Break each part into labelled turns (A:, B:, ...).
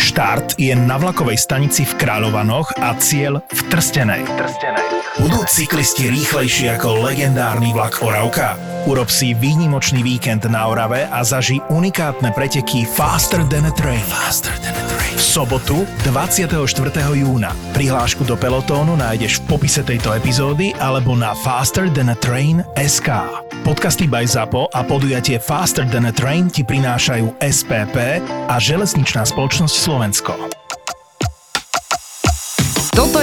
A: Štart je na vlakovej stanici v Kráľovanoch a cieľ v Trstenej. Budú cyklisti rýchlejší ako legendárny vlak Oravka? Urob si výnimočný víkend na Orave a zaži unikátne preteky Faster Than a Train. Faster than a train. V sobotu 24. júna. Prihlášku do pelotónu nájdeš v popise tejto epizódy alebo na fasterthanatrain.sk. Podcasty by Zapo a podujatie Faster Than a Train ti prinášajú SPP a Železničná spoločnosť Slovensko.
B: Toto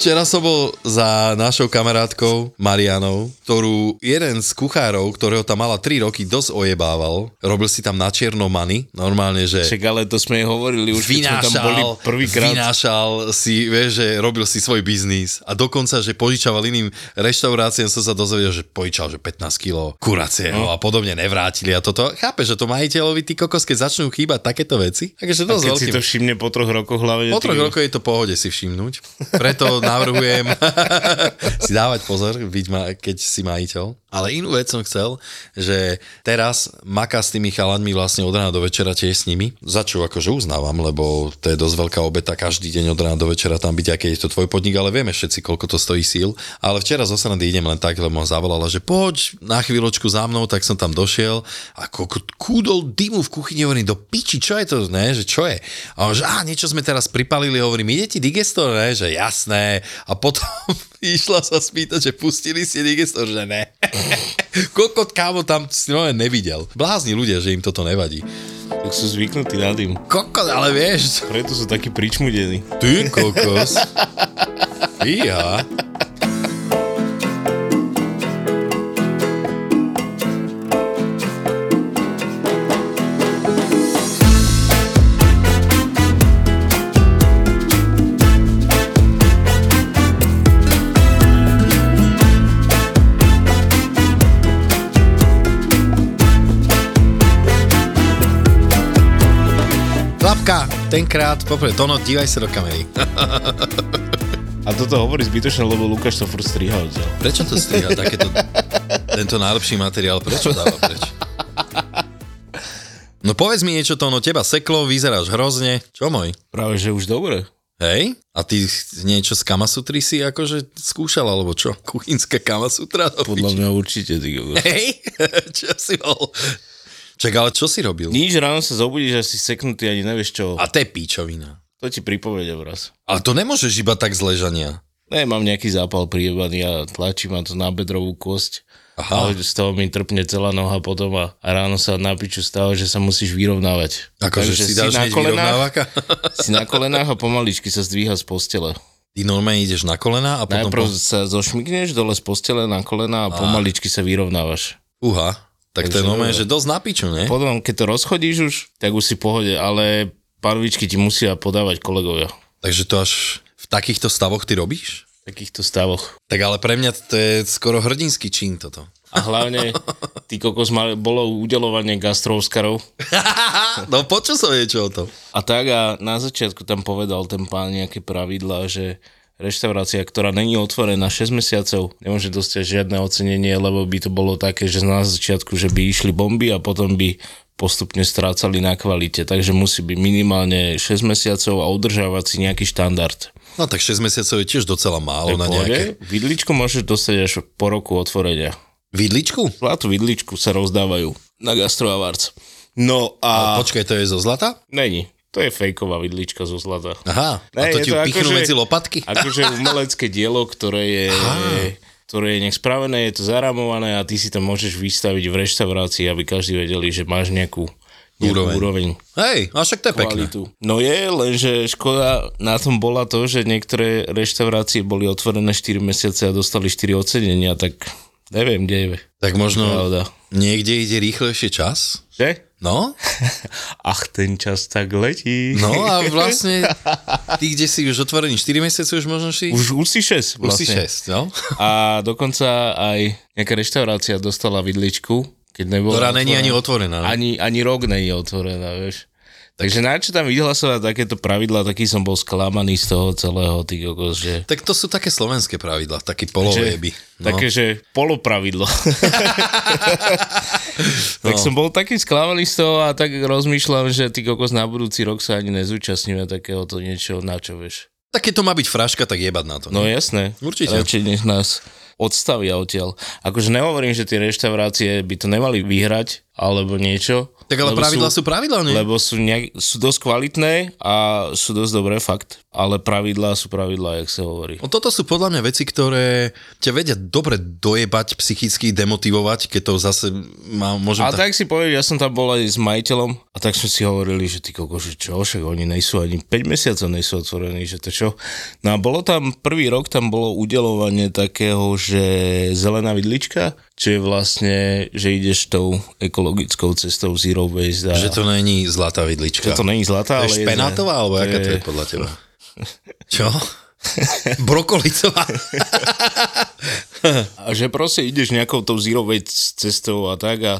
C: Včera som bol za našou kamarátkou Marianou, ktorú jeden z kuchárov, ktorého tam mala 3 roky, dosť ojebával. Robil si tam na čierno many, normálne, že
D: Však ale to sme jej hovorili už, keď sme tam boli
C: vynášal,
D: prvýkrát.
C: vynášal si, vieš, že robil si svoj biznis a dokonca, že požičaval iným reštauráciám, som sa dozvedel, že požičal, že 15 kg
D: No.
C: kuracieho no, a podobne nevrátili a toto. Chápe, že to majiteľovi ty kokos, keď začnú chýbať takéto veci? Takže
D: A
C: to s
D: keď
C: veľkým...
D: si to všimne po troch rokoch hlavne.
C: Po troch rokoch je to pohode si všimnúť. Preto navrhujem si dávať pozor, byť ma, keď si majiteľ. Ale inú vec som chcel, že teraz maka s tými chalanmi vlastne od rána do večera tiež s nimi. Za čo akože uznávam, lebo to je dosť veľká obeta každý deň od rána do večera tam byť, aký je to tvoj podnik, ale vieme všetci, koľko to stojí síl. Ale včera zo srandy idem len tak, lebo ma zavolala, že poď na chvíľočku za mnou, tak som tam došiel a koľko kúdol dymu v kuchyni, hovorím, do piči, čo je to, ne, že čo je? A on, že a niečo sme teraz pripalili, hovorím, ide ti digestor, ne, že jasné. A potom išla sa spýtať, že pustili ste digestor, že ne. Kokot kámo tam stroje nevidel. Blázni ľudia, že im toto nevadí.
D: Tak sú zvyknutí na dym.
C: Kokot, ale vieš,
D: Preto sú takí pričmudení.
C: ty kokos. Iha. Lapka, tenkrát, poprvé, Tono, dívaj sa do kamery.
D: A toto hovorí zbytočne, lebo Lukáš to furt striha odtiaľ.
C: Prečo to striha takéto... Tento najlepší materiál, prečo dáva preč? No povedz mi niečo, Tono, teba seklo, vyzeráš hrozne. Čo môj?
D: Práve, že už dobre.
C: Hej? A ty niečo z Kamasutry si akože skúšal, alebo čo? Kuchynské Kamasutra? do
D: Podľa
C: piči.
D: mňa určite, ty kokos.
C: Hej? čo si bol? Čak, ale čo si robil?
D: Nič ráno sa zobudíš a si seknutý, ani nevieš čo.
C: A to je píčovina.
D: To ti pripovedia raz.
C: Ale to nemôžeš iba tak z ležania.
D: Ne, mám nejaký zápal priebaný a tlačí ma to na bedrovú kosť.
C: Aha,
D: Ale z toho mi trpne celá noha potom a, a ráno sa na piču stáva, že sa musíš vyrovnávať.
C: akože
D: Takže
C: si dáš
D: na
C: hneď
D: kolenách,
C: vyrovnáváka?
D: si na kolenách a pomaličky sa zdvíha z postele.
C: Ty normálne ideš na kolena a potom...
D: Najprv
C: po-
D: sa zošmigneš dole z postele na kolena a pomaličky sa vyrovnávaš.
C: Uha, tak to je
D: Takže-
C: normálne, že dosť na piču, ne?
D: Potom, keď to rozchodíš už, tak už si v pohode, ale parvičky ti musia podávať kolegovia
C: Takže to až v takýchto stavoch ty robíš?
D: v takýchto stavoch.
C: Tak ale pre mňa to je skoro hrdinský čin toto.
D: A hlavne, ty kokos, mal, bolo udelovanie gastrovskarov
C: no počul som niečo o tom.
D: a tak a na začiatku tam povedal ten pán nejaké pravidlá, že reštaurácia, ktorá není otvorená 6 mesiacov, nemôže dostať žiadne ocenenie, lebo by to bolo také, že na začiatku, že by išli bomby a potom by postupne strácali na kvalite, takže musí byť minimálne 6 mesiacov a udržiavať si nejaký štandard.
C: No tak 6 mesiacov je tiež docela málo na nejaké...
D: Pohode, vidličku môžeš dostať až po roku otvorenia.
C: Vidličku?
D: Zlatú vidličku sa rozdávajú na gastroavárc. No
C: A...
D: a...
C: Počkaj, to je zo zlata?
D: Není. To je fejková vidlička zo zlata.
C: Aha, a
D: Ne,
C: to
D: je
C: ti
D: to
C: pichnú
D: akože-
C: medzi lopatky?
D: Akože umelecké dielo, ktoré je, ktoré je nech spravené, je to zaramované a ty si to môžeš vystaviť v reštaurácii, aby každý vedeli, že máš nejakú, nejakú
C: Úroveň.
D: úroveň. úroveň
C: Hej, a však to je pekné.
D: kvalitu. No je, lenže škoda na tom bola to, že niektoré reštaurácie boli otvorené 4 mesiace a dostali 4 ocenenia, tak neviem, kde je.
C: Tak možno
D: Pravda.
C: niekde ide rýchlejšie čas?
D: Že?
C: No,
D: Ach, ten čas tak letí.
C: no a vlastne ty, kde si už otvorený 4 mesiace, už možno si...
D: Už, už si 6
C: už si
D: vlastne.
C: 6, no?
D: A dokonca aj nejaká reštaurácia dostala vidličku, Keď nebola
C: Ktorá není ani
D: otvorená.
C: otvorená. no? Ani...
D: Ani, ani rok není otvorená, vieš. Takže na čo tam vyhlasovať takéto pravidla, taký som bol sklamaný z toho celého, ty kokos, že...
C: Tak to sú také slovenské pravidla, taký poloveby.
D: No. Také, že polopravidlo.
C: No.
D: tak som bol taký sklamaný z toho a tak rozmýšľam, že ty kokos na budúci rok sa ani nezúčastníme takéhoto niečo, na čo vieš.
C: Tak keď to má byť fraška, tak jebať na to.
D: No
C: ne?
D: jasné.
C: Určite.
D: Radšej nech nás odstavia odtiaľ. Akože nehovorím, že tie reštaurácie by to nemali vyhrať, alebo niečo.
C: tak ale
D: lebo
C: pravidla sú, pravidla, nie?
D: Lebo sú, nejak, sú dosť kvalitné a sú dosť dobré, fakt. Ale pravidlá sú pravidlá, jak sa hovorí.
C: No toto sú podľa mňa veci, ktoré ťa vedia dobre dojebať, psychicky demotivovať, keď to zase má, môžem
D: A tak si poviem, ja som tam bol aj s majiteľom a tak sme si hovorili, že ty koko, že čo, však oni nejsú ani 5 mesiacov nejsú otvorení, že to čo. No a bolo tam, prvý rok tam bolo udelovanie takého, že zelená vidlička, čo je vlastne, že ideš tou ekologickou cestou zero waste. A...
C: že to není zlatá vidlička.
D: že to není
C: to
D: zlatá, ale
C: je špenátová, alebo
D: to
C: aká to je podľa teba? Čo? Brokolicová.
D: A že proste ideš nejakou tou zero waste cestou a tak a,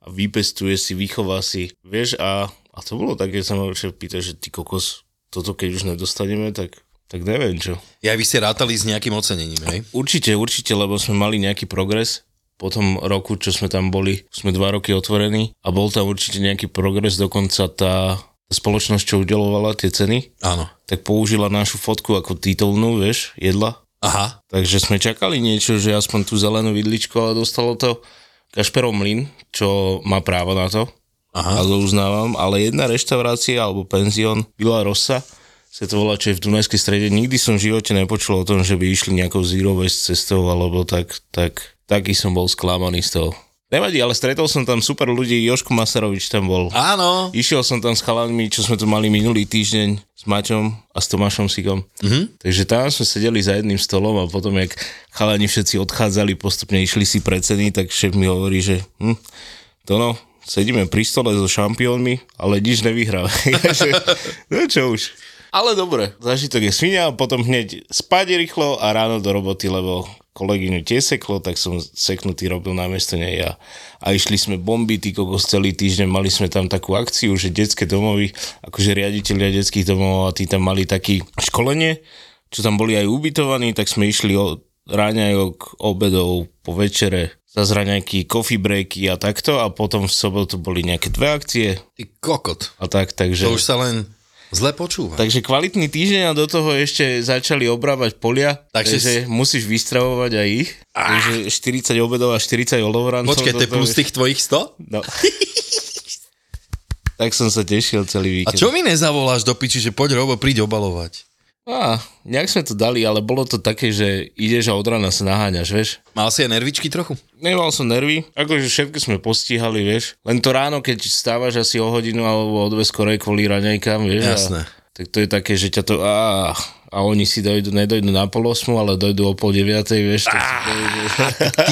D: a vypestuje si, vychová si, vieš a, a to bolo také, sa ma však pýta, že ty kokos, toto keď už nedostaneme, tak, tak neviem čo.
C: Ja vy ste rátali s nejakým ocenením, hej?
D: Určite, určite, lebo sme mali nejaký progres po tom roku, čo sme tam boli, sme dva roky otvorení a bol tam určite nejaký progres, dokonca tá spoločnosť, čo udelovala tie ceny,
C: Áno.
D: tak použila našu fotku ako titulnú, vieš, jedla.
C: Aha.
D: Takže sme čakali niečo, že aspoň tú zelenú vidličku, ale dostalo to Kašperov mlyn, čo má právo na to.
C: Aha.
D: A to uznávam, ale jedna reštaurácia alebo penzión Vila Rosa, sa to volá, čo je v Dunajskej strede. Nikdy som v živote nepočul o tom, že by išli nejakou zero waste cestou, alebo tak, tak, taký som bol sklamaný z toho. Nevadí, ale stretol som tam super ľudí, Joško Masarovič tam bol.
C: Áno.
D: Išiel som tam s chalanmi, čo sme tu mali minulý týždeň s Maťom a s Tomášom Sigom. Mm-hmm. Takže tam sme sedeli za jedným stolom a potom, jak chalani všetci odchádzali, postupne išli si pre ceny, tak šéf mi hovorí, že hm, to no, sedíme pri stole so šampiónmi, ale nič nevyhrá. Takže, no čo už. Ale dobre, zažitok je svinia, potom hneď spať rýchlo a ráno do roboty, lebo kolegyňu tie seklo, tak som seknutý robil na mesto nej a, a išli sme bomby, ty kokos celý týždeň, mali sme tam takú akciu, že detské domovy, akože riaditeľia detských domov a tí tam mali taký školenie, čo tam boli aj ubytovaní, tak sme išli o ráňajok, obedov, po večere, za zraňajky, coffee breaky a takto a potom v sobotu boli nejaké dve akcie
C: Ty kokot.
D: a tak, takže...
C: To už sa len zle počúva.
D: Takže kvalitný týždeň a do toho ešte začali obrábať polia,
C: Takže
D: takže, takže musíš vystravovať aj ich. Ah. Takže 40 obedov a 40 olovrancov.
C: Počkaj, to je plus tých tvojich 100?
D: No. tak som sa tešil celý
C: A
D: víkend.
C: čo mi nezavoláš do piči, že poď Robo, príď obalovať?
D: Á, nejak sme to dali, ale bolo to také, že ideš a od rána sa naháňaš, vieš.
C: Mal si aj nervičky trochu?
D: Nemal som nervy, akože všetko sme postihali, vieš. Len to ráno, keď stávaš asi o hodinu alebo o dve skorej kvôli raňajkám, vieš.
C: Jasné.
D: A, tak to je také, že ťa to... Á, a oni si dojdu, nedojdu na pol osmu, ale dojdu o pol deviatej, vieš. Tak si dojdu,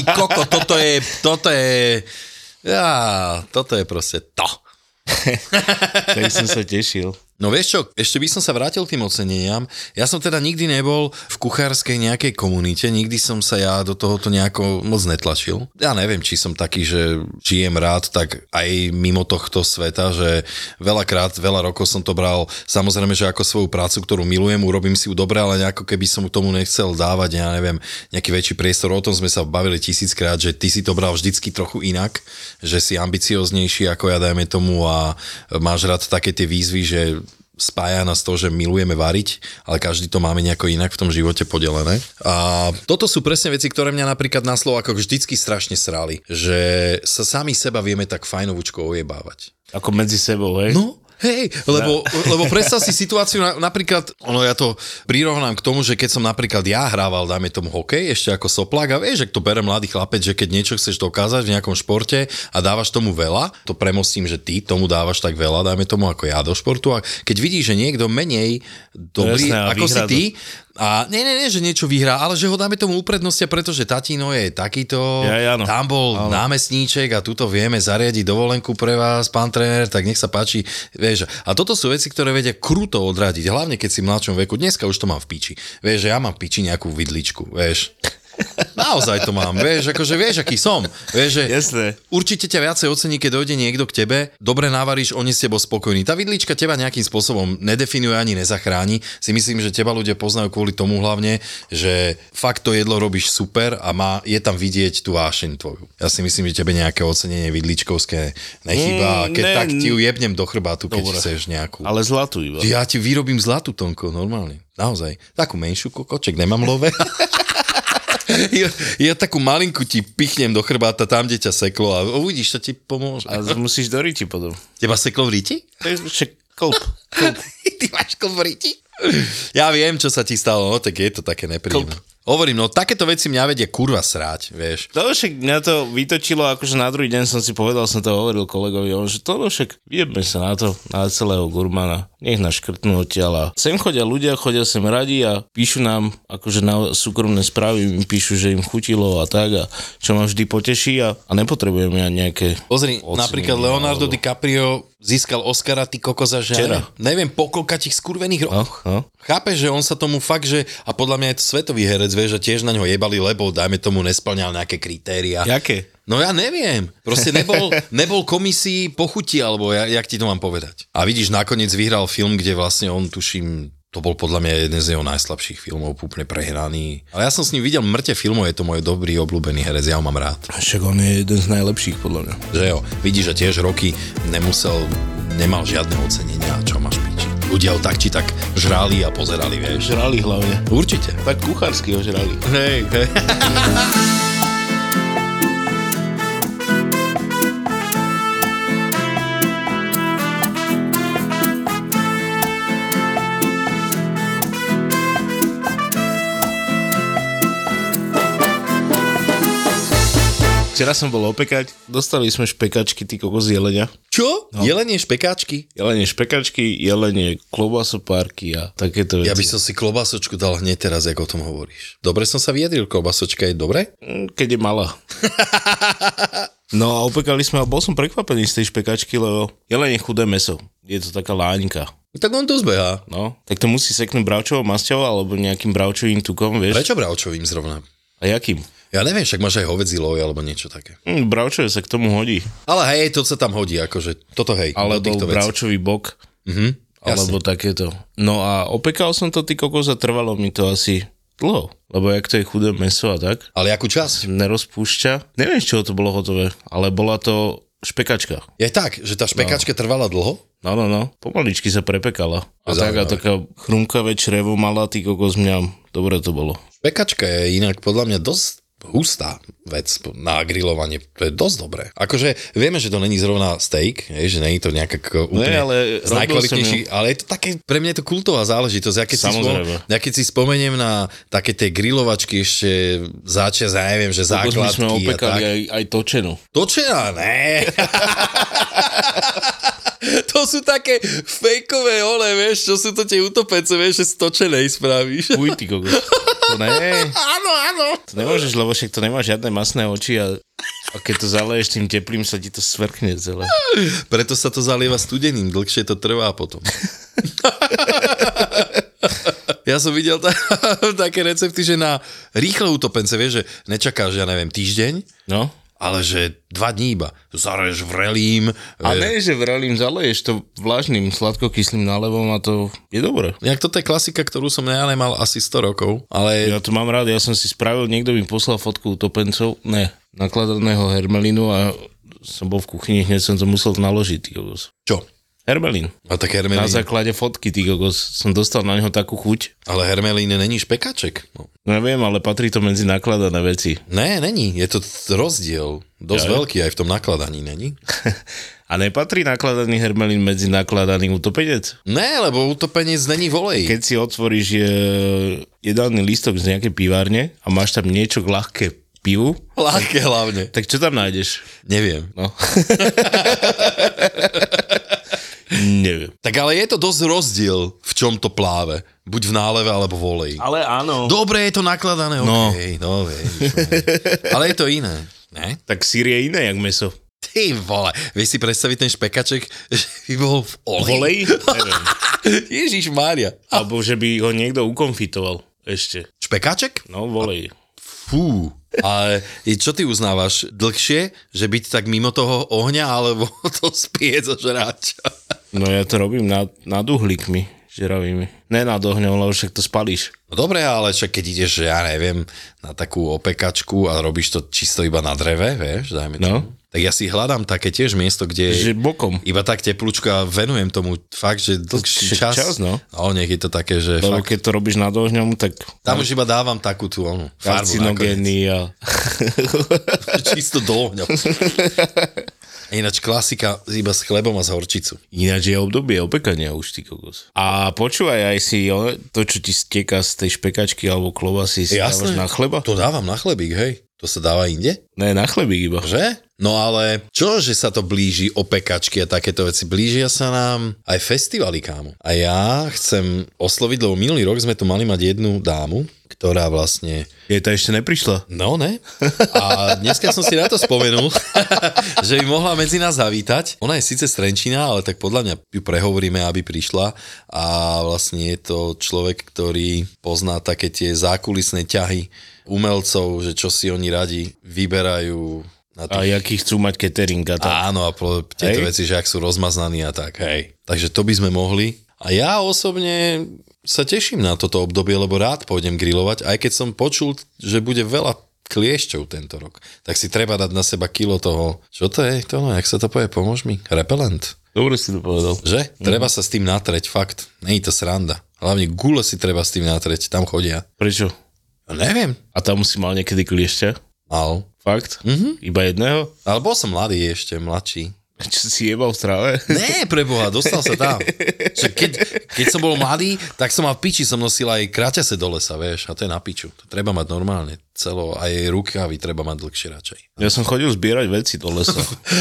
C: Ty koko, toto je, toto je, ja, toto je proste to.
D: tak som sa tešil.
C: No vieš čo, ešte by som sa vrátil k tým oceneniam. Ja som teda nikdy nebol v kuchárskej nejakej komunite, nikdy som sa ja do tohoto nejako moc netlačil. Ja neviem, či som taký, že žijem rád tak aj mimo tohto sveta, že veľakrát, veľa rokov som to bral, samozrejme, že ako svoju prácu, ktorú milujem, urobím si ju dobre, ale ako keby som tomu nechcel dávať, ja neviem, nejaký väčší priestor. O tom sme sa bavili tisíckrát, že ty si to bral vždycky trochu inak, že si ambicioznejší ako ja, dajme tomu, a máš rád také tie výzvy, že spája nás to, že milujeme variť, ale každý to máme nejako inak v tom živote podelené. A toto sú presne veci, ktoré mňa napríklad na Slovákoch vždycky strašne srali, že sa sami seba vieme tak fajnovúčko ojebávať.
D: Ako medzi sebou, hej?
C: No, hej, lebo, lebo predstav si situáciu, na, napríklad, ono ja to prirovnám k tomu, že keď som napríklad ja hrával, dajme tomu hokej, ešte ako soplák, a vieš, že to bere mladý chlapec, že keď niečo chceš dokázať v nejakom športe a dávaš tomu veľa, to premostím, že ty tomu dávaš tak veľa, dajme tomu ako ja do športu, a keď vidíš, že niekto menej dobrý,
D: Jasné, a
C: ako si
D: vyhrá to.
C: ty, a nie, nie, nie, že niečo vyhrá, ale že ho dáme tomu uprednostia, pretože tatino je takýto,
D: Ja, ja, áno.
C: tam bol áno. námestníček a tuto vieme zariadiť dovolenku pre vás, pán tréner, tak nech sa páči. Vieš, a toto sú veci, ktoré vedia kruto odradiť, hlavne keď si v mladšom veku. Dneska už to mám v piči. Vieš, že ja mám v piči nejakú vidličku, vieš. Naozaj to mám, vieš, akože vieš, aký som. Vieš, že
D: Jasné.
C: určite ťa viacej ocení, keď dojde niekto k tebe, dobre navaríš, oni s tebou spokojní. Tá vidlička teba nejakým spôsobom nedefinuje ani nezachráni. Si myslím, že teba ľudia poznajú kvôli tomu hlavne, že fakt to jedlo robíš super a má, je tam vidieť tú vášeň tvoju. Ja si myslím, že tebe nejaké ocenenie vidličkovské nechýba.
D: Mm,
C: Keď
D: ne,
C: tak ti ju jebnem do chrbátu, keď
D: Dobre.
C: chceš nejakú.
D: Ale zlatú iba.
C: Ja ti vyrobím zlatú tonko, normálne. Naozaj. Takú menšiu kokoček, nemám love. ja, ja takú malinku ti pichnem do chrbáta tam, kde ťa seklo a uvidíš, to ti pomôže.
D: A z- musíš do riti potom.
C: Teba seklo v riti?
D: To je však klb.
C: Ty máš klb v riti? Ja viem, čo sa ti stalo, no tak je to také nepríjemné. Hovorím, no takéto veci mňa vedia kurva sráť, vieš.
D: To No, však mňa to vytočilo, akože na druhý deň som si povedal, som to hovoril kolegovi, on, že to no však jebme sa na to, na celého gurmana, nech nás škrtnú odtiaľ. a Sem chodia ľudia, chodia sem radi a píšu nám, akože na súkromné správy mi píšu, že im chutilo a tak a čo ma vždy poteší a, a nepotrebujem ja nejaké...
C: Pozri,
D: Ocenenie,
C: napríklad Leonardo
D: alebo-
C: DiCaprio získal Oscara, ty kokoza, že ja
D: Včera.
C: neviem, neviem po koľka tých skurvených
D: No,
C: rokoch.
D: no.
C: Chápeš, že on sa tomu fakt, že a podľa mňa je to svetový herec, vieš, že tiež na ňo jebali, lebo dajme tomu nesplňal nejaké kritéria.
D: Jaké?
C: No ja neviem. Proste nebol, nebol komisii pochutí, alebo ja, jak ti to mám povedať. A vidíš, nakoniec vyhral film, kde vlastne on, tuším, to bol podľa mňa jeden z jeho najslabších filmov, úplne prehraný. Ale ja som s ním videl mŕte filmov, je to môj dobrý, obľúbený herec, ja ho mám rád.
D: Však on je jeden z najlepších podľa mňa.
C: Že jo, vidíš, že tiež roky nemusel, nemal žiadne ocenenia, čo máš piči. Ľudia ho tak či tak žrali a pozerali, vieš.
D: Žrali hlavne.
C: Určite.
D: Tak kuchársky ho žrali.
C: Hej, hej.
D: Včera som bol opekať, dostali sme špekačky, ty kokos jelenia.
C: Čo? No. Jelenie špekáčky?
D: Jelenie špekačky, jelenie klobasopárky a takéto veci.
C: Ja by som si klobasočku dal hneď teraz, ako o tom hovoríš. Dobre som sa vyjadril, klobasočka je dobre?
D: Mm, Keď je malá. No a opekali sme a bol som prekvapený z tej špekačky, lebo jelenie chudé meso. Je to taká láňka.
C: Tak on to zbeha.
D: No, tak to musí seknúť bravčovou masťou alebo nejakým bravčovým tukom, vieš?
C: Prečo bravčovým zrovna?
D: A jakým?
C: Ja neviem, však máš aj hovedzí loj alebo niečo také.
D: Hm, bravčové sa k tomu hodí.
C: Ale hej, to sa tam hodí, akože toto hej, do
D: Alebo
C: týchto vecí.
D: bravčový bok.
C: Mhm,
D: Alebo takéto. No a opekal som to, ty kokos, a trvalo mi to asi dlho. Lebo jak to je chudé meso a tak,
C: Ale akú časť?
D: nerozpúšťa. Neviem, z čoho to bolo hotové, ale bola to špekačka.
C: Je tak, že tá špekačka trvala dlho?
D: No, no, no. Pomaličky sa prepekala. A taká,
C: Zaujímavé.
D: taká chrumkavé črevo mala, ty kokos mňa. Dobre to bolo.
C: Pekačka je inak podľa mňa dosť hustá vec na grilovanie. To je dosť dobré. Akože vieme, že to není zrovna steak, hej, že není to nejaká k- úplne
D: Ne, No ale
C: z
D: robil
C: najkvalitnejších, ale je to také, pre mňa je to kultová záležitosť. Ja keď, si, spom,
D: Samozrejme.
C: ja keď si spomeniem na také tie grilovačky ešte začias, ja neviem, že
D: Kokos my
C: základky
D: sme
C: a tak.
D: opekali aj, aj točenú.
C: Točená, ne. to sú také fejkové ole, vieš, čo sú to tie utopence, vieš, že z točenej spravíš.
D: Uj, ty kokos. To ne,
C: áno, áno.
D: to nemôžeš, lebo však to nemá žiadne masné oči a, a keď to zaleješ tým teplým, sa ti to svrkne celé.
C: Preto sa to zalieva studeným, dlhšie to trvá potom. ja som videl ta- také recepty, že na rýchle utopence, vieš, že nečakáš, ja neviem, týždeň,
D: No.
C: ale že dva dní iba. Zarež vrelím.
D: A
C: vieš.
D: ne, že vrelím zaleješ to vlážnym sladkokyslým nálevom a to je dobré.
C: Jak toto je klasika, ktorú som ja nemal asi 100 rokov, ale
D: Ja to mám rád, ja som si spravil, niekto mi poslal fotku utopencov, ne, nakladaného hermelinu a som bol v kuchyni, hneď som to musel naložiť, ty kokos.
C: čo?
D: Hermelín.
C: A tak hermelín.
D: Na základe fotky, ty kokos, som dostal na neho takú chuť.
C: Ale hermelín není špekaček. No.
D: No ja viem, ale patrí to medzi nakladané veci.
C: Ne, není. Je to t- rozdiel. Dosť
D: Ja.
C: veľký aj v tom nakladaní, není?
D: A nepatrí nakladaný hermelín medzi nakladaný utopenec?
C: Ne, lebo utopenec není volej.
D: Keď si otvoríš e, jedálny lístok z nejakej pivárne a máš tam niečo k ľahké pivu,
C: Ľahké hlavne.
D: tak čo tam nájdeš?
C: Neviem.
D: No. Neviem.
C: Tak ale je to dosť rozdiel, v čom to pláve. Buď v náleve, alebo v oleji.
D: Ale áno.
C: Dobre je to nakladané,
D: No.
C: no. okej, no vieš, no. Ale je to iné, ne?
D: Tak sír je iné, jak meso.
C: Ty vole, vieš si predstaviť ten špekaček, že by bol v oleji?
D: Volej? Neviem.
C: Ježiš Mária.
D: Alebo že by ho niekto ukonfitoval ešte.
C: Špekaček?
D: No, volej.
C: Fú. Ale i čo ty uznávaš? Dlhšie? Že byť tak mimo toho ohňa, alebo to spieť zo žráča?
D: No ja to robím nad, nad uhlíkmi, žeravými. Ne nad ohňom, lebo však to spalíš.
C: No dobre, ale však keď ideš, že ja neviem, na takú opekačku a robíš to čisto iba na dreve, vieš, dajme tomu.
D: No.
C: Tak ja si hľadám také tiež miesto, kde
D: Že bokom.
C: iba tak teplúčka venujem tomu fakt, že dlhší čas.
D: však čas, no.
C: no nech je to také, že
D: Lebo no.
C: fakt,
D: keď to robíš nad ohňom, tak
C: tam už iba dávam takú tú onu, farbu nakoniec.
D: karcinogény a...
C: Čisto do ohňa. Ináč klasika iba s chlebom a s horčicu.
D: Ináč je obdobie opekania už, ty kokos. A počúvaj aj si o, to, čo ti steka z tej špekačky alebo klobasy, si dávaš na chleba?
C: To dávam na chlebík, hej. To sa dáva inde?
D: Ne, na chlebík iba.
C: Že? No ale čo, že sa to blíži o pekačky a takéto veci? Blížia sa nám aj festivaly, kámo. A ja chcem osloviť, lebo minulý rok sme tu mali mať jednu dámu, ktorá vlastne...
D: Je to ešte neprišla?
C: No, ne? A dneska som si na to spomenul, že by mohla medzi nás zavítať. Ona je síce z Trenčína, ale tak podľa mňa ju prehovoríme, aby prišla. A vlastne je to človek, ktorý pozná také tie zákulisné ťahy umelcov, že čo si oni radi vyberajú na
D: A
C: tých...
D: jaký chcú mať catering a tak.
C: Áno, a pro tieto
D: Hej.
C: veci, že ak sú rozmaznaní a tak, hej. Takže to by sme mohli. A ja osobne sa teším na toto obdobie, lebo rád pôjdem grilovať, aj keď som počul, že bude veľa kliešťov tento rok. Tak si treba dať na seba kilo toho, čo to je, to, no, jak sa to povie, pomôž mi, repelent.
D: Dobre si to povedal.
C: Že? Treba sa s tým natreť, fakt. Není to sranda. Hlavne gule si treba s tým natreť, tam chodia.
D: Prečo?
C: No, neviem.
D: A tam si mal niekedy kliešťa?
C: Al.
D: Fakt? Mm-hmm. Iba jedného?
C: Ale bol som mladý ešte, mladší.
D: Čo si jebal v tráve?
C: Ne, preboha, dostal sa tam. Že keď, keď som bol mladý, tak som mal v piči, som nosil aj kraťase do lesa, vieš, a to je na piču. To treba mať normálne celo, aj rukavy treba mať dlhšie radšej.
D: Ja som chodil zbierať veci do lesa.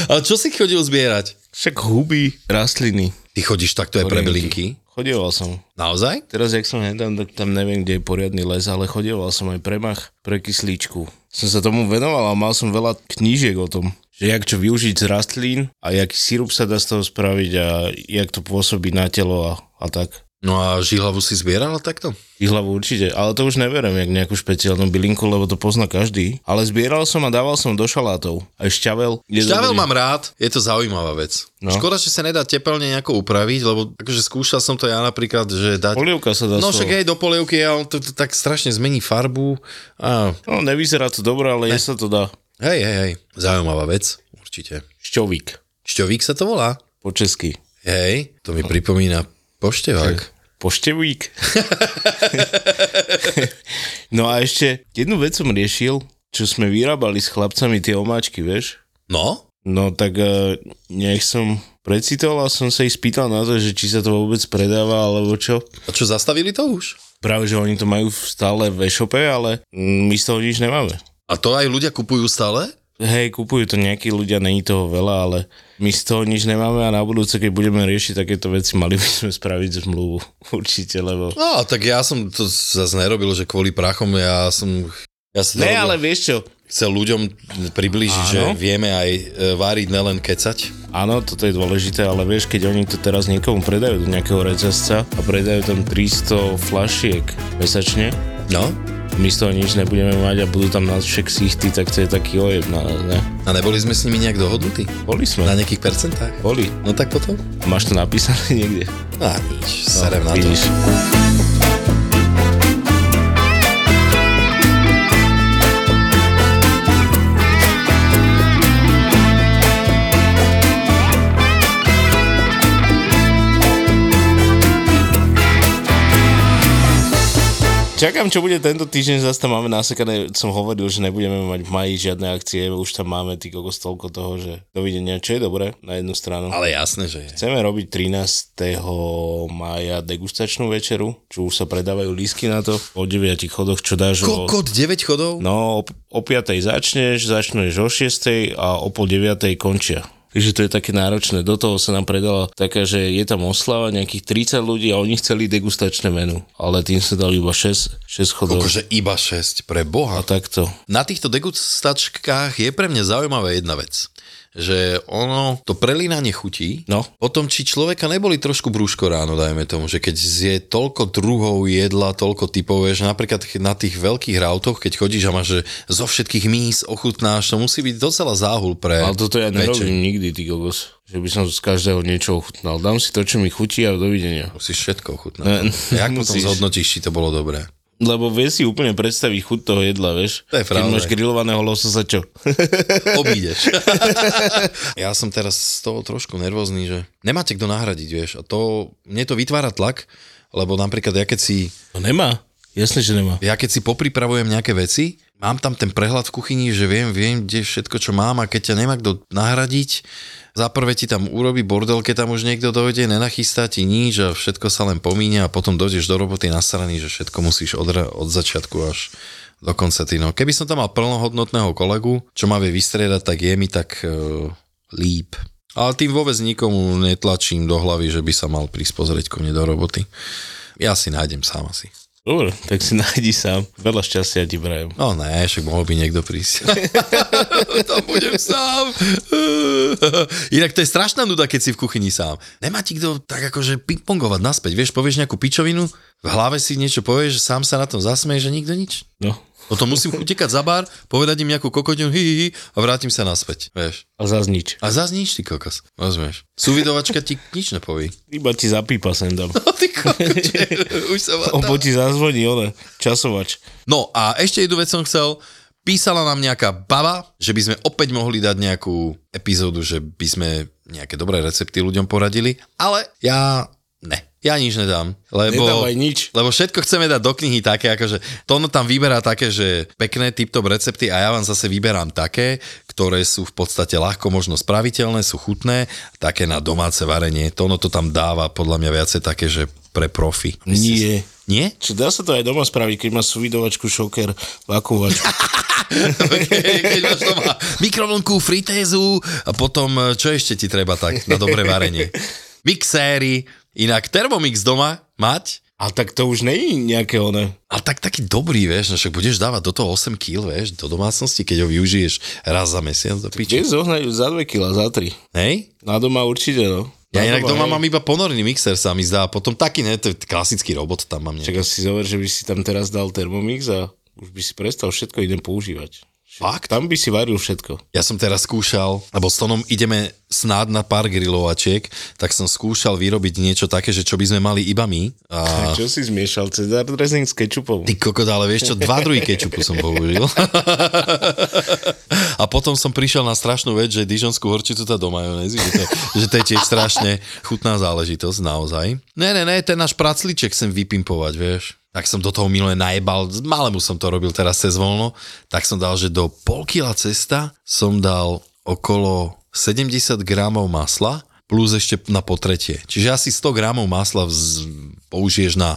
C: Ale čo si chodil zbierať?
D: Však huby, rastliny.
C: Ty chodíš takto aj pre bylinky?
D: Chodieval som.
C: Naozaj?
D: Teraz, jak som nedám, tak tam neviem, kde je poriadny les, ale chodieval som aj premach pre kyslíčku. Som sa tomu venoval a mal som veľa knížiek o tom, že jak čo využiť z rastlín a jaký sirup sa dá z toho spraviť a jak to pôsobí na telo a, a tak.
C: No a žihlavu si zbieral takto?
D: Ihlavu určite, ale to už neverím, jak nejakú špeciálnu bylinku, lebo to pozná každý. Ale zbieral som a dával som do šalátov. Aj šťavel. je
C: Šťavel
D: dobrý.
C: mám rád, je to zaujímavá vec. No.
D: No.
C: Škoda, že sa nedá tepelne nejako upraviť, lebo akože skúšal som to ja napríklad, že dať...
D: Polievka sa dá
C: No
D: z toho.
C: však aj do polievky, ale to, to tak strašne zmení farbu a
D: No, nevyzerá to dobre, ale je sa to dá.
C: Hej, hej, hej. Zaujímavá vec, určite.
D: Šťovík.
C: Šťovík sa to volá?
D: Po česky.
C: Hej, to mi pripomína poštevák.
D: Poštevík. no a ešte jednu vec som riešil, čo sme vyrábali s chlapcami tie omáčky, vieš?
C: No?
D: No tak eh, nech som precitoval a som sa ich spýtal na to, že či sa to vôbec predáva alebo čo.
C: A čo, zastavili to už?
D: Práve, že oni to majú stále v e-shope, ale mm, my z toho nič nemáme.
C: A to aj ľudia kupujú stále?
D: Hej, kupujú to nejakí ľudia, není toho veľa, ale my z toho nič nemáme a na budúce, keď budeme riešiť takéto veci, mali by sme spraviť zmluvu. Určite, lebo...
C: No, tak ja som to zase nerobil, že kvôli prachom ja som... Ja som to
D: Ne,
C: robil-
D: ale vieš čo?
C: chcel ľuďom priblížiť, že
D: Áno.
C: vieme aj e, váriť, nelen kecať.
D: Áno, toto je dôležité, ale vieš, keď oni to teraz niekomu predajú do nejakého reťazca a predajú tam 300 flašiek mesačne,
C: No?
D: my z toho nič nebudeme mať a budú tam nás však sichty, tak to je taký ojeb na nás, ne?
C: A neboli sme s nimi nejak dohodnutí?
D: Boli
C: Na
D: sme,
C: nejakých percentách?
D: boli.
C: No tak potom?
D: Máš to napísané niekde?
C: No a nič, serem na to.
D: No, Vidíš? Čakám, čo bude tento týždeň, zase tam máme nasekané, som hovoril, že nebudeme mať v maji žiadne akcie, už tam máme ty kokos toľko toho, že dovidenia, čo je dobré na jednu stranu.
C: Ale jasné, že je.
D: Chceme robiť 13. mája degustačnú večeru, čo už sa predávajú lísky na to, o 9 chodoch, čo dáš o...
C: Kokot 9 chodov?
D: No, o, o 5. začneš, začneš o 6. a o pol 9. končia. Takže to je také náročné. Do toho sa nám predala taká, že je tam oslava nejakých 30 ľudí a oni chceli degustačné menu. Ale tým sa dali iba 6, 6 chodov.
C: Akože iba 6, pre
D: A
C: boha.
D: takto.
C: Na týchto degustačkách je pre mňa zaujímavá jedna vec. že ono, to prelínanie chutí,
D: No.
C: potom či človeka neboli trošku brúško ráno, dajme tomu, že keď zje toľko druhov jedla, toľko typov, že napríklad na tých veľkých rautoch, keď chodíš a máš že zo všetkých mís ochutnáš, to musí byť docela záhul pre
D: Ale toto ja
C: večer.
D: nerobím nikdy, ty kokos. Že by som z každého niečo ochutnal. Dám si to, čo mi chutí a dovidenia.
C: Musíš všetko ochutnať.
D: Ne,
C: A Jak potom
D: musíš.
C: zhodnotíš, či to bolo dobré?
D: Lebo vieš si úplne predstaviť chuť toho jedla, vieš?
C: To je
D: Keď
C: pravda.
D: máš grillovaného lososa, čo?
C: Obídeš. ja som teraz z toho trošku nervózny, že nemáte kto nahradiť, vieš. A to, mne to vytvára tlak, lebo napríklad ja keď si
D: No nemá. Jasne, že nemá.
C: Ja keď si popripravujem nejaké veci, mám tam ten prehľad v kuchyni, že viem, viem, kde všetko, čo mám a keď ťa nemá kto nahradiť, za prvé ti tam urobí bordel, keď tam už niekto dojde, nenachystá ti nič a všetko sa len pomíňa a potom dojdeš do roboty nasraný, že všetko musíš od, ra- od začiatku až do konca ty. No, keby som tam mal plnohodnotného kolegu, čo ma vie vystriedať, tak je mi tak uh, líp. Ale tým vôbec nikomu netlačím do hlavy, že by sa mal prispozrieť ku mne do roboty. Ja si nájdem sám asi.
D: Dobre, tak si nájdi sám. Veľa šťastia ti prajem.
C: No ne, však mohol by niekto prísť. Tam budem sám. Inak to je strašná nuda, keď si v kuchyni sám. Nemá ti kto tak akože pingpongovať naspäť. Vieš, povieš nejakú pičovinu, v hlave si niečo povieš, že sám sa na tom zasmeje, že nikto nič.
D: No.
C: Potom musím utekať za bar, povedať im nejakú kokotinu, hi, hi, hi, a vrátim sa naspäť, vieš.
D: A zás nič.
C: A zás nič, ty kokos, rozumieš. Súvidovačka ti nič nepoví.
D: Iba ti zapípa sem tam.
C: No, ty kokos, už sa ma
D: Obo ti zazvoní, ole, časovač.
C: No a ešte jednu vec som chcel. Písala nám nejaká baba, že by sme opäť mohli dať nejakú epizódu, že by sme nejaké dobré recepty ľuďom poradili, ale ja ne. Ja nič nedám, lebo,
D: Nedám aj nič.
C: lebo všetko chceme dať do knihy také, akože to ono tam vyberá také, že pekné tip-top recepty a ja vám zase vyberám také, ktoré sú v podstate ľahko možno spraviteľné, sú chutné, také na domáce varenie. To ono to tam dáva podľa mňa viacej také, že pre profi. Vy ste-
D: Nie.
C: Nie?
D: Čo dá sa to aj doma spraviť, keď máš suvidovačku, šoker, vakuovačku.
C: keď máš doma mikrovlnku, fritézu a potom, e, čo ešte ti treba tak na dobré varenie? Mixéry, inak Thermomix doma mať,
D: A tak to už není nejaké one.
C: ale tak taký dobrý, vieš, no však budeš dávať do toho 8 kg, vieš, do domácnosti, keď ho využiješ raz za mesiac do piče.
D: Kde zohnať za 2 kg, za 3.
C: Hej?
D: Na doma určite, no.
C: Ja
D: Na
C: inak doma
D: hej.
C: mám iba ponorný mixer, sa mi zdá, a potom taký, ne, to je klasický robot tam mám
D: Čak
C: nejaký.
D: asi zover, že by si tam teraz dal Thermomix a už by si prestal všetko iné používať. Všetko.
C: Fakt?
D: Tam by si varil všetko.
C: Ja som teraz skúšal, lebo s Tonom ideme snáď na pár grilovačiek, tak som skúšal vyrobiť niečo také, že čo by sme mali iba my. A...
D: Čo si zmiešal? Cezar dressing s kečupom.
C: Ty kokot, ale vieš čo, dva druhy kečupu som použil. A potom som prišiel na strašnú vec, že dižonskú horčicu tá do majonézy, že to, že to je tiež strašne chutná záležitosť, naozaj. Ne, ne, ne, ten náš pracliček sem vypimpovať, vieš. Tak som do toho milé najebal, malému som to robil teraz cez voľno, tak som dal, že do pol kila cesta som dal okolo 70 gramov masla, plus ešte na potretie. Čiže asi 100 gramov masla vz, použiješ na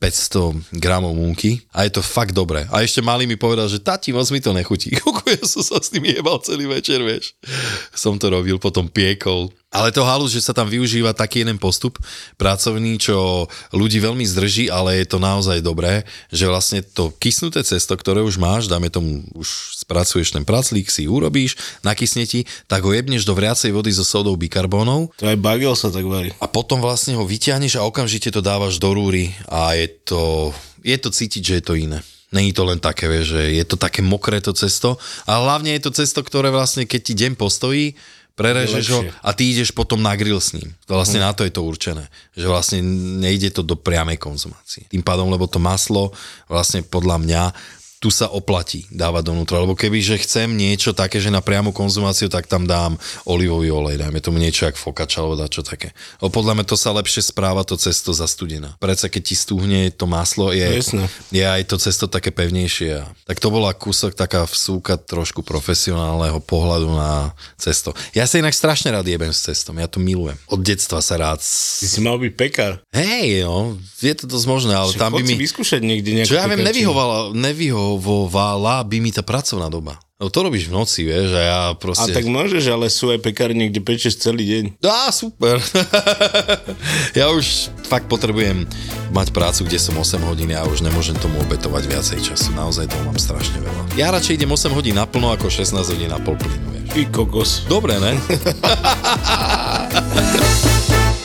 C: 500 gramov múky a je to fakt dobré. A ešte mali mi povedal, že tati, moc mi to nechutí. Koľko ja som sa s tým jebal celý večer, vieš. Som to robil, potom piekol. Ale to halu, že sa tam využíva taký jeden postup pracovný, čo ľudí veľmi zdrží, ale je to naozaj dobré, že vlastne to kysnuté cesto, ktoré už máš, dáme tomu, už spracuješ ten praclík, si urobíš, nakysne ti, tak ho jebneš do vriacej vody so sodou bikarbónou
D: To aj bagel sa tak varí.
C: a potom vlastne ho vyťahneš a okamžite to dávaš do rúry a je to, je to cítiť, že je to iné. Není to len také, vieš, že je to také mokré to cesto a hlavne je to cesto, ktoré vlastne keď ti deň postojí, prerežeš ho
D: lepšie.
C: a ty ideš potom na grill s ním. To vlastne na to je to určené, že vlastne nejde to do priamej konzumácie. Tým pádom, lebo to maslo vlastne podľa mňa tu sa oplatí dávať donútra, lebo keby, že chcem niečo také, že na priamu konzumáciu, tak tam dám olivový olej, dajme tomu niečo ako fokača alebo čo také. O, podľa mňa to sa lepšie správa to cesto zastudená. Preca keď ti stúhne to maslo, je,
D: Jasné.
C: je aj to cesto také pevnejšie. a- Tak to bola kúsok taká vsúka trošku profesionálneho pohľadu na cesto. Ja sa inak strašne rád jebem s cestom, ja to milujem. Od detstva sa rád...
D: Ty
C: s-
D: si mal byť pekár.
C: Hej, no, je to dosť možné, ale No tam by
D: Chod si
C: mi...
D: vyskúšať niekde nejakú
C: Čo ja viem,
D: pekarčinu.
C: nevyhovala, nevyhovovala by mi tá pracovná doba. No to robíš v noci, vieš, a ja
D: A
C: proste...
D: tak môžeš, ale sú aj pekárne, kde pečeš celý deň.
C: Á, super. ja už fakt potrebujem mať prácu, kde som 8 hodín a ja už nemôžem tomu obetovať viacej času. Naozaj toho mám strašne veľa. Ja radšej idem 8 hodín naplno ako 16 hodín na pol plynu, vieš.
D: Ty kokos.
C: Dobre, ne?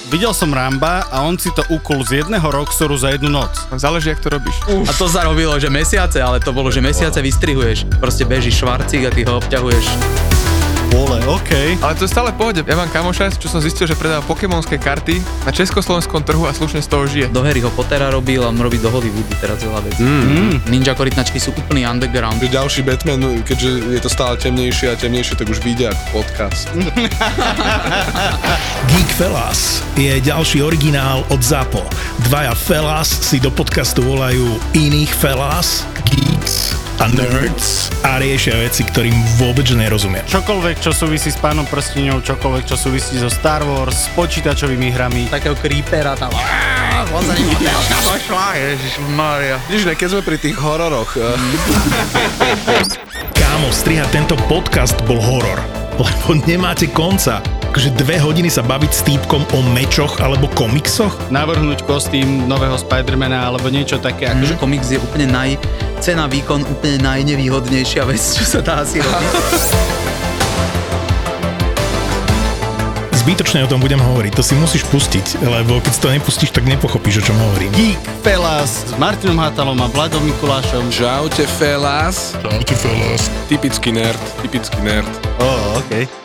E: Videl som Ramba a on si to ukul z jedného roxoru za jednu noc.
F: Záleží, jak to robíš.
G: A to sa robilo, že mesiace, ale to bolo, že mesiace vystrihuješ. Proste bežíš švarcík a ty ho obťahuješ.
E: Vole, okej.
F: Ale to je stále v pohode. Ja mám kamoša, čo som zistil, že predáva pokémonské karty na československom trhu a slušne z toho žije.
G: Do Harryho Pottera robil a on robí do Hollywoodu teraz veľa vecí. Mm. Ninja koritnačky sú úplný underground.
H: Že ďalší Batman, keďže je to stále temnejšie a temnejšie, tak už vyjde ako podcast.
A: Geek Fellas je ďalší originál od ZAPO. Dvaja Fellas si do podcastu volajú iných Fellas, Geeks a Nerds a riešia veci, ktorým vôbec nerozumia.
E: Čokoľvek, čo súvisí s pánom prstinou, čokoľvek, čo súvisí so Star Wars, s počítačovými hrami.
G: Takého creepera tam.
H: Vidíš, ne, keď sme pri tých hororoch, eh,
A: Kámo, strihať tento podcast bol horor, lebo nemáte konca. Takže dve hodiny sa baviť s týpkom o mečoch alebo komiksoch?
E: Navrhnúť kostým nového Spidermana alebo niečo také. Mm.
G: Že komiks je úplne naj... Cena, výkon, úplne najnevýhodnejšia vec, čo sa dá asi robiť.
A: Zbytočne o tom budem hovoriť, to si musíš pustiť, lebo keď si to nepustíš, tak nepochopíš, o čom hovorím.
E: Geek Pelas s Martinom Hatalom a Vladom Mikulášom.
H: Čaute fellas. Čaute fellas. Typický nerd, typický nerd.
E: Oh, okay.